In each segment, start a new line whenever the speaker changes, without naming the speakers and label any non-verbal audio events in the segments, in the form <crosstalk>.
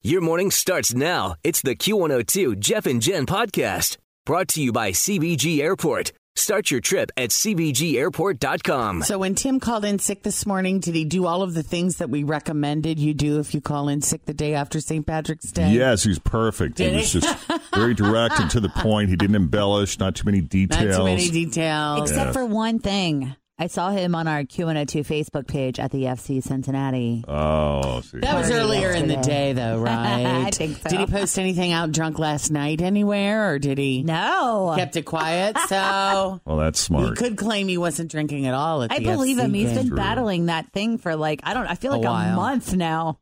Your morning starts now. It's the Q102 Jeff and Jen podcast brought to you by CBG Airport. Start your trip at CBGAirport.com.
So when Tim called in sick this morning, did he do all of the things that we recommended you do if you call in sick the day after St. Patrick's Day?
Yes, he's perfect. He
Did
was
he?
just very direct and to the point. He didn't embellish, not too many
Not
details.
too many details.
Except
Yeah.
for one thing. I saw him on our Q102 Facebook page at the FC Cincinnati.
oh, see.
That was
Party
earlier in the
yesterday.
day,
<laughs>
though, right?
I think so.
Did he post anything out drunk last night anywhere, or did he
No.
kept it quiet?
<laughs>
So
well, that's
he
smart.
could claim he wasn't drinking at all. At
I
the
believe
FC
him. He's
game.
been
True.
battling that thing for like, I don't I feel
A
like a,
while.
month now.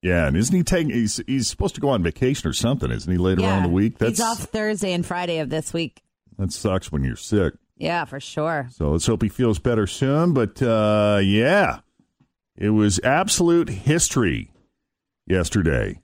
yeah, and isn't he taking? He's he's supposed to go on vacation or something, isn't he? Later on in the week. That's
He's off Thursday and Friday of this week.
that sucks when you're sick.
Yeah, for sure.
So let's hope he feels better soon. But uh, yeah, it was absolute history yesterday.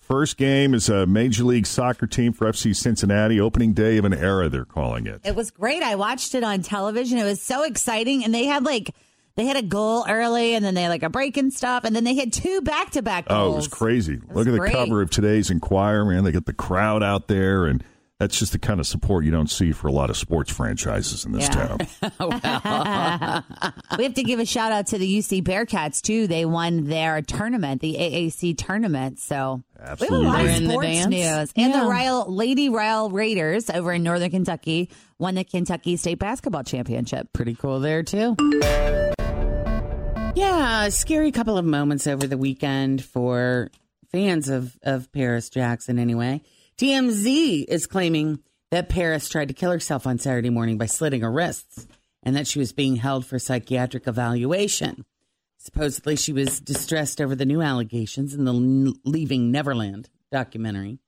First game is a Major League Soccer team for FC Cincinnati. Opening day of an era, they're calling it.
It was great. I watched it on television. It was so exciting. And they had like, they had a goal early and then they had like a break and stuff. And then they had two back to back goals.
Oh, it was crazy.
was
Look at the
great.
cover of today's Inquirer, man. They get the crowd out there, and that's just the kind of support you don't see for a lot of sports franchises in this
Yeah. <laughs>
town.
we have to give a shout out to the UC Bearcats too. They won their tournament, the AAC tournament. So we have a lot of
Absolutely.
They're in the
sports
dance.
news. And the
Yeah.
Rail Lady Rail Raiders over in Northern Kentucky won the Kentucky State Basketball Championship.
pretty cool there too. Yeah, a scary couple of moments over the weekend for fans of of Paris Jackson. Anyway, TMZ is claiming that Paris tried to kill herself on Saturday morning by slitting her wrists, and that she was being held for psychiatric evaluation. Supposedly, she was distressed over the new allegations in the N- Leaving Neverland documentary.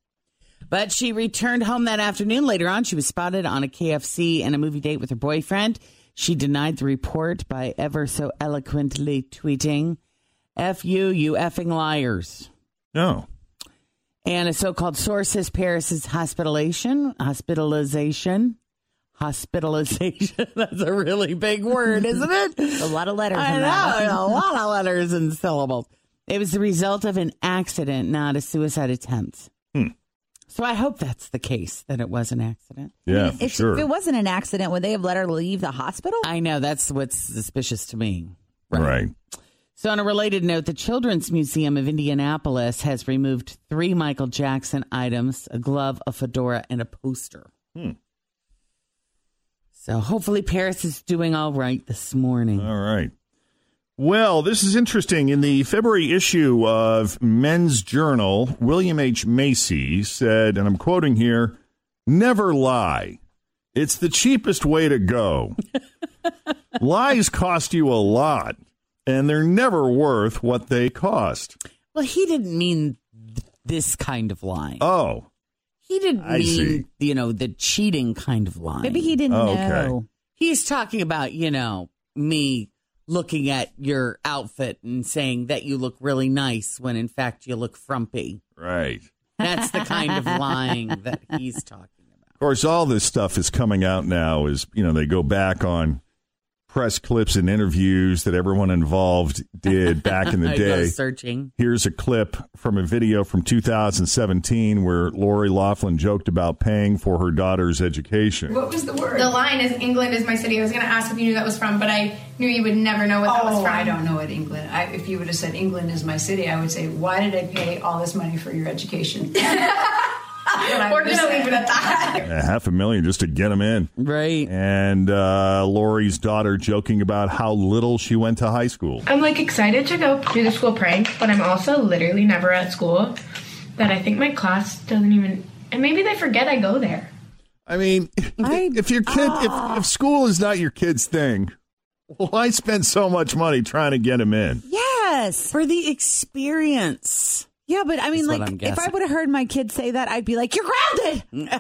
But she returned home that afternoon. Later on, she was spotted on a KFC and a movie date with her boyfriend. She denied the report by ever so eloquently tweeting, F you, you effing liars.
No.
And a so called source says Paris's hospitalization, hospitalization, hospitalization. <laughs> That's a really big word, isn't
<laughs>
it?
A lot of letters
I
in that.
know, a lot of letters and syllables. It was the result of an accident, not a suicide attempt.
Hmm.
So I hope that's the case, that it was an accident.
Yeah,
<laughs>
for
if,
sure.
if it wasn't an accident, would they have let her leave the hospital?
I know, that's what's suspicious to me.
right.
So, on a related note, the Children's Museum of Indianapolis has removed three Michael Jackson items a glove, a fedora, and a poster.
Hmm.
So, hopefully, Paris is doing all right this morning.
All right. Well, this is interesting. In the February issue of Men's Journal, William H. Macy said, and I'm quoting here, never lie. It's the cheapest way to go. Lies cost you a lot, and they're never worth what they cost.
Well, he didn't mean th- this kind of lie.
Oh,
He didn't
I
mean,
see.
you know, the cheating kind of lie.
Maybe he didn't
Oh, Okay.
know.
he's talking about, you know, me looking at your outfit and saying that you look really nice when in fact you look frumpy.
right.
That's the
<laughs>
kind of lying that he's talking about.
Of course, all this stuff is coming out now. Is you know they go back on press clips and interviews that everyone involved did back in the
<laughs> I go
day.
searching.
Here's a clip from a video from 2017 where Lori Laughlin joked about paying for her daughter's education.
What was the word?
The line is England is my city. I was going to ask if you knew that was from, but I knew you would never know what that was
Oh,
from.
I don't know what England. I, if you would have said England is my city, I would say, why did I pay all this money for your
<laughs>
education? But I
We're
would
going to
have
leave it at that.
A half a million just to get them in.
Right.
And uh, Lori's daughter joking about how little she went to high school.
I'm like excited to go do the school prank, but I'm also literally never at school. That I think my class doesn't even, and maybe they forget I go there.
I mean, if your kid, if, if school is not your kid's thing, why spend so much money trying to get them in?
Yes.
For the experience.
Yeah, but I mean,
That's what
like,
I'm
if I
guessing.
would have heard my kids say that, I'd be like, "You're
<laughs>
grounded."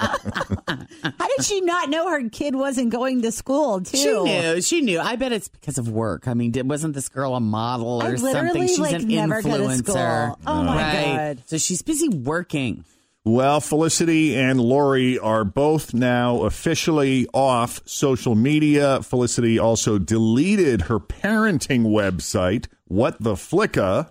How did she not know her kid wasn't going to school? Too.
She knew. She knew. I bet it's because of work. I mean, did, wasn't this girl a model
I
or something?
literally
She's
like
an
never go to
influencer.
school. Oh my
Right.
god.
So she's busy working.
Well, Felicity and Lori are both now officially off social media. Felicity also deleted her parenting website, What the Flicka.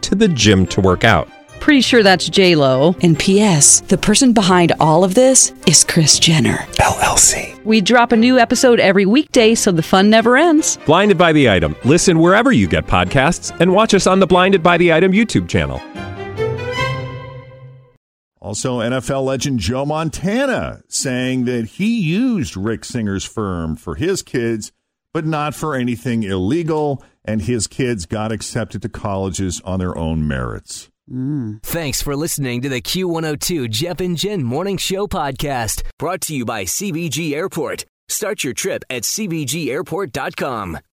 to the gym to work out.
Pretty sure that's J Lo.
And P.S. The person behind all of this is Chris Jenner.
LLC.
We drop a new episode every weekday, so the fun never ends.
Blinded by the item. Listen wherever you get podcasts, and watch us on the Blinded by the Item YouTube channel.
Also, NFL legend Joe Montana saying that he used Rick Singer's firm for his kids, but not for anything illegal, and his kids got accepted to colleges on their own merits.
Thanks for listening to the Q102 Jeff and Jen Morning Show podcast, brought to you by CBG Airport. Start your trip at CBGAirport.com.